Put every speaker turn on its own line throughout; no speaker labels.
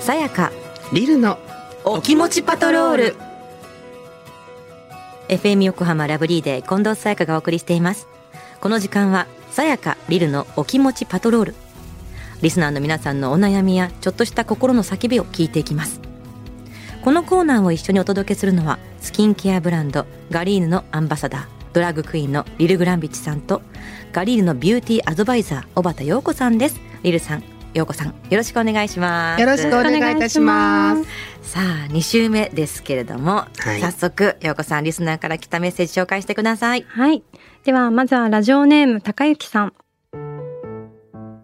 さやかリルのお気持ちパトロール FM 横浜ラブリーで近藤さやかがお送りしていますこの時間はさやかリルのお気持ちパトロールリスナーの皆さんのお悩みやちょっとした心の叫びを聞いていきますこのコーナーを一緒にお届けするのはスキンケアブランドガリーヌのアンバサダードラッグクイーンのリル・グランビッチさんとガリーヌのビューティーアドバイザー小畑陽子さんですリルさん陽子さんよろしくお願いします
よろしくお願いいたします。
さあ2週目ですけれども、
はい
早速陽子さんリスナーから来たメッセージ紹介してください
はい。では、まずはラジオネーム、高幸さん。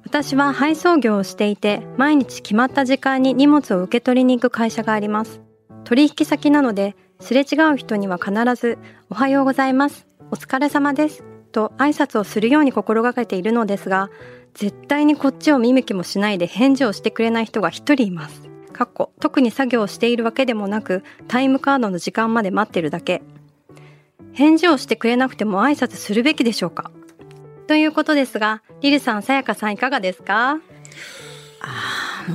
私は配送業をしていて、毎日決まった時間に荷物を受け取りに行く会社があります。取引先なので、すれ違う人には必ず、おはようございます。お疲れ様です。と挨拶をするように心がけているのですが、絶対にこっちを見向きもしないで返事をしてくれない人が一人います。かっこ特に作業をしているわけでもなく、タイムカードの時間まで待ってるだけ。返事をしてくれなくても挨拶するべきでしょうかということですが、リルさん、さやかさんいかがですか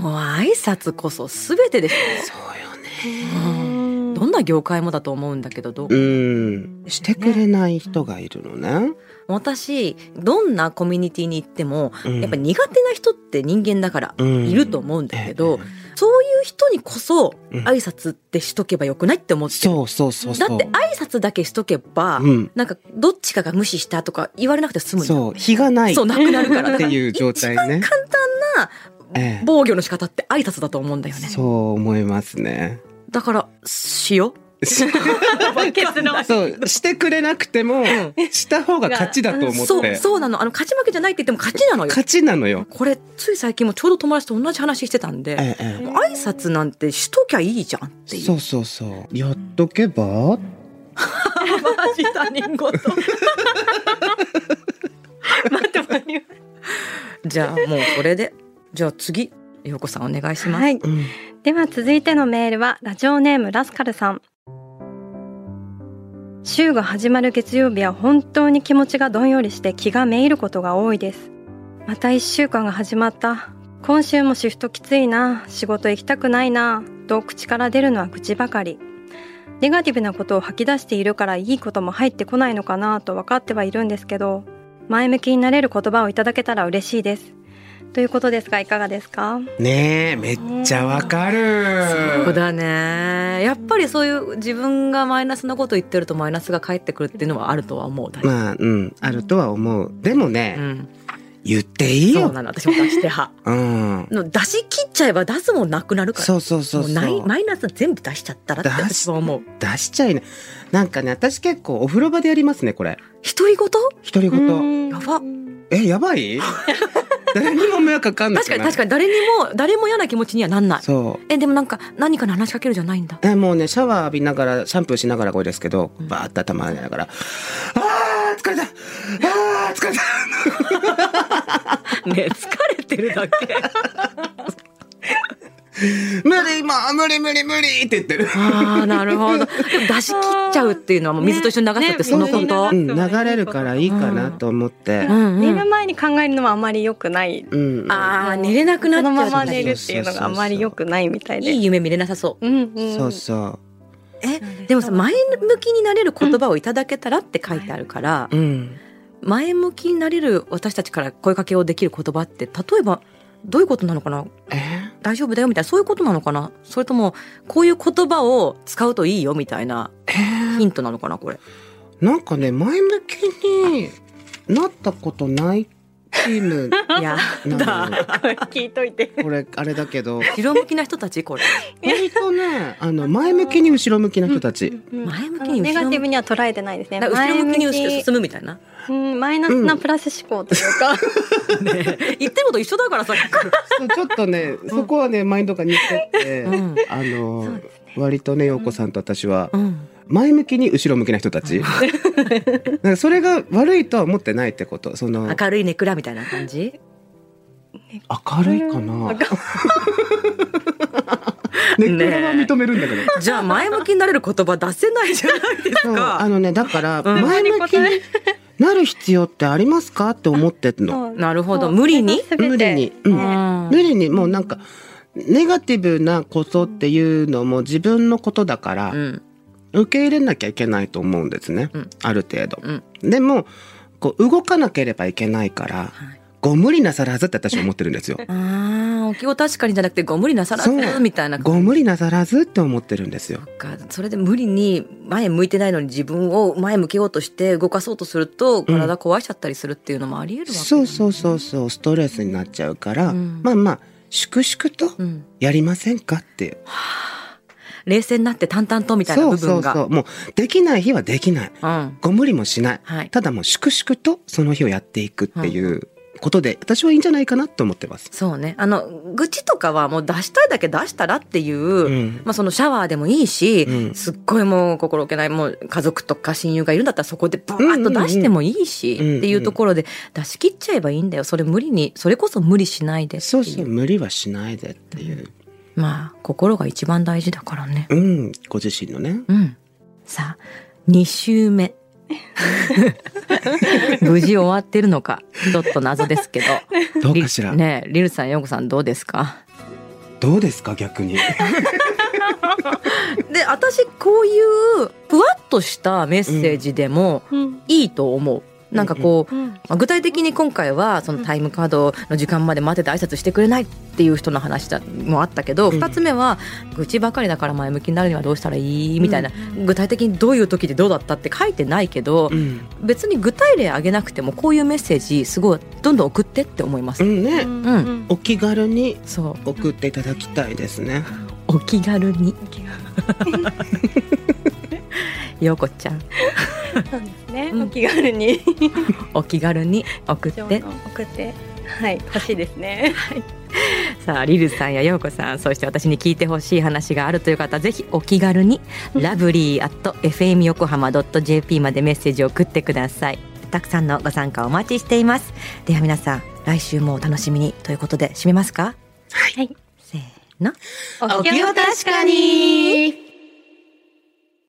もう挨拶こそ全てです
そうよね。
うん
どんな業界もだと思うんだけどどう
うん。してくれない人がいるのね。
私どんなコミュニティに行っても
うん
やっぱ苦手な人って人間だから
うん
いると思うんだけど、
ええ
そういう人にこそ
うん
挨拶ってしとけばよくないって思ってる、
そうそうそうそう。
だって挨拶だけしとけば、
うん。
なんかどっちかが無視したとか言われなくて済むんだ
そう、日がない
そう
っ
なくなるから
ていう状態
簡
ね。
単
え
な防御の仕方って挨拶だと思うんだよ
え
ね
そう思いますね。
だからしよう結論
そう、してくれなくても、した方が勝ちだと思っ
そ
て
う。そうなのあの勝ち負けじゃないって言っても勝ちなのよ
勝ちなのよ。
これつい最近もちょうど友達と同じ話してたんで、
えええ
もう挨拶なんてしときゃいいじゃんって
え。
いう
そうそうそう。やっとけば
マジ他人 事
待って待って
じゃあもうこれでじゃあ次陽子さんお願いします、
はい。
うん。
では続いてのメールは、ラジオネームラスカルさん。週が始まる月曜日は本当に気持ちがどんよりして気がめいることが多いです。また一週間が始まった。今週もシフトきついな。仕事行きたくないな。と口から出るのは口ばかり。ネガティブなことを吐き出しているからいいことも入ってこないのかなと分かってはいるんですけど、前向きになれる言葉をいただけたら嬉しいです。ということですがいかがですか
ねえ、めっちゃわかる。
そうだねやっぱりそういう自分がマイナスなこと言ってるとマイナスが返ってくるっていうのはあるとは思うだ
まあ、うん、あるとは思う。でも
う
ね、
ん、
言っていい
そう
よ。
なの私も出して 派
うん。
の出し切っちゃえば出すもんなくなるから
そうそうそうそう。
もうないマイナス全部出しちゃったらって
出し
私は思う
出しちゃいな。なんかね、私結構お風呂場でやりますね、これ。
独り言
独り言。
やば
え、や ばい誰にも迷惑かかんない
確かに確かに誰にも誰も嫌な気持ちにはなんない
そ
えでもなんか何かの話しかけるじゃないんだ
う。え、もうね、シャワー浴びながら、シャンプーしながらこれですけど、バーッと頭洗いながら、あー疲れたあー疲れた
ね疲れてるだけ
無理今無理無理無理って言ってる。
ああなるほどでも出し切っちゃうっていうのはもう水と一緒に流す ってそのこと、
うん、流れるからいいかなと思って
う。んう
寝
ん
る前に考えるのはあまり良くない。
うん。
ああ寝れなく
そ
なっちゃ
の
う
まま
んだ
寝
ね
るっていうのがあまり良くないみたい
い
で。
い夢見れなさそ
うんうん。
そうそう
えでもさ前向きになれる言葉をいただけたらって書いてあるから
う。うん。
前向きになれる私たちから声かけをできる言葉って例えばどういうことなのかな
え
大丈夫だよみたいなそういうことなのかなそれともこういう言葉を使うといいよみたいな
えー
ヒントなのかな これ
なんかね、前向きになったことないチーム
いや
なのよ。
聞いといて。
これ、あれだけど、
白向きな人たちこれ
本当ね、あの、前向きに後ろ向きな人たち。
前向きに後ろ向き
ネガティブには捉えてないですね。
なんか後ろ向き
前
に
向き
進むみたいな
うんマイナスなプラス思考というか。
ねえ言ってること一緒だからさっきから
そうちょっとね、そこはね、マインドが似てて、
うん
あの、割とね、陽子さんと私は、
うん
前向きに後ろ向きな人 たち。なんかそれが悪いとは思ってないってこと。その、
明るいネクラみたいな感じ
明るいかな。 ネックは認めるんだけど。
じゃあ前向きになれる言葉出せないじゃないです
そうあ
か
のねだから
うん
前向きになる必要ってありますかって思ってんの
そう
なるほど無理に
それが全
無
て
理に、う、
うんん
無理にもうなんかネガティブなことっていうのも自分のことだから、
うん
受け入れなきゃいけないと思うんですね、
うん
ある程度、
うん
でもこう動かなければいけないから、
はい
ご無理なさらずって私は思ってるんですよ
ああお気を確かにじゃなくてご無理なさらず
そう
みたいな
ご無理なさらずって思ってるんですよ
かそれで無理に前向いてないのに自分を前向けようとして動かそうとすると体壊しちゃったりするっていうのもあり得るわけ、
そうそうそうそうストレスになっちゃうから、
うん
まあまあ粛々と
うん、
やりませんかっていう、
冷静になって淡々とみたいな
そ
部
うそ
分
う
が
そうもうできない日はできない
うん
ご無理もしない、
はい
ただもう粛々とその日をやっていくっていうことで、私はいいんじゃないかなと思ってます。
そうねあの愚痴とかはもう出したいだけ出したらっていう、
うん
まあ、そのシャワーでもいいし、
うん
すっごいもう心置けないもう家族とか親友がいるんだったらそこでバーッと出してもいいし、
うんうんうん
っていうところで出し切っちゃえばいいんだよそれ無理にそれこそ無理しないでってい
そうそう無理はしないでっていう、
まあ心が一番大事だからね
うん、ご自身のね
うんさあ2週 目無事終わってるのかちょっと謎ですけど
どうかしら、
リねえリルさんヨンコさんどうですか
どうですか 逆に
で私こういうふわっとしたメッセージでも
うん
いいと思う。なんかこう、
うん
まあ具体的に今回はそのタイムカードの時間まで待ってて挨拶してくれないっていう人の話だもあったけど、
うん
2つ目は愚痴ばかりだから前向きになるにはどうしたらいいみたいな、具体的にどういう時でどうだったって書いてないけど
う、ん、
別に具体例あげなくてもこういうメッセージすごいどんどん送ってって思います。
うんね、
う
お気軽に
そう
送っていただきたいですね
お気軽にようこちゃん
そうですね、
うん
お気軽に
お気軽に送って
送ってはい欲しいですね
さあリルさんやヨーコさんそして私に聞いてほしい話があるという方ぜひお気軽にラブリー at fm 横浜 .jp までメッセージを送ってくださいたくさんのご参加お待ちしていますでは皆さん来週もお楽しみにということで締めますか
はい
せーの
お
気を確かに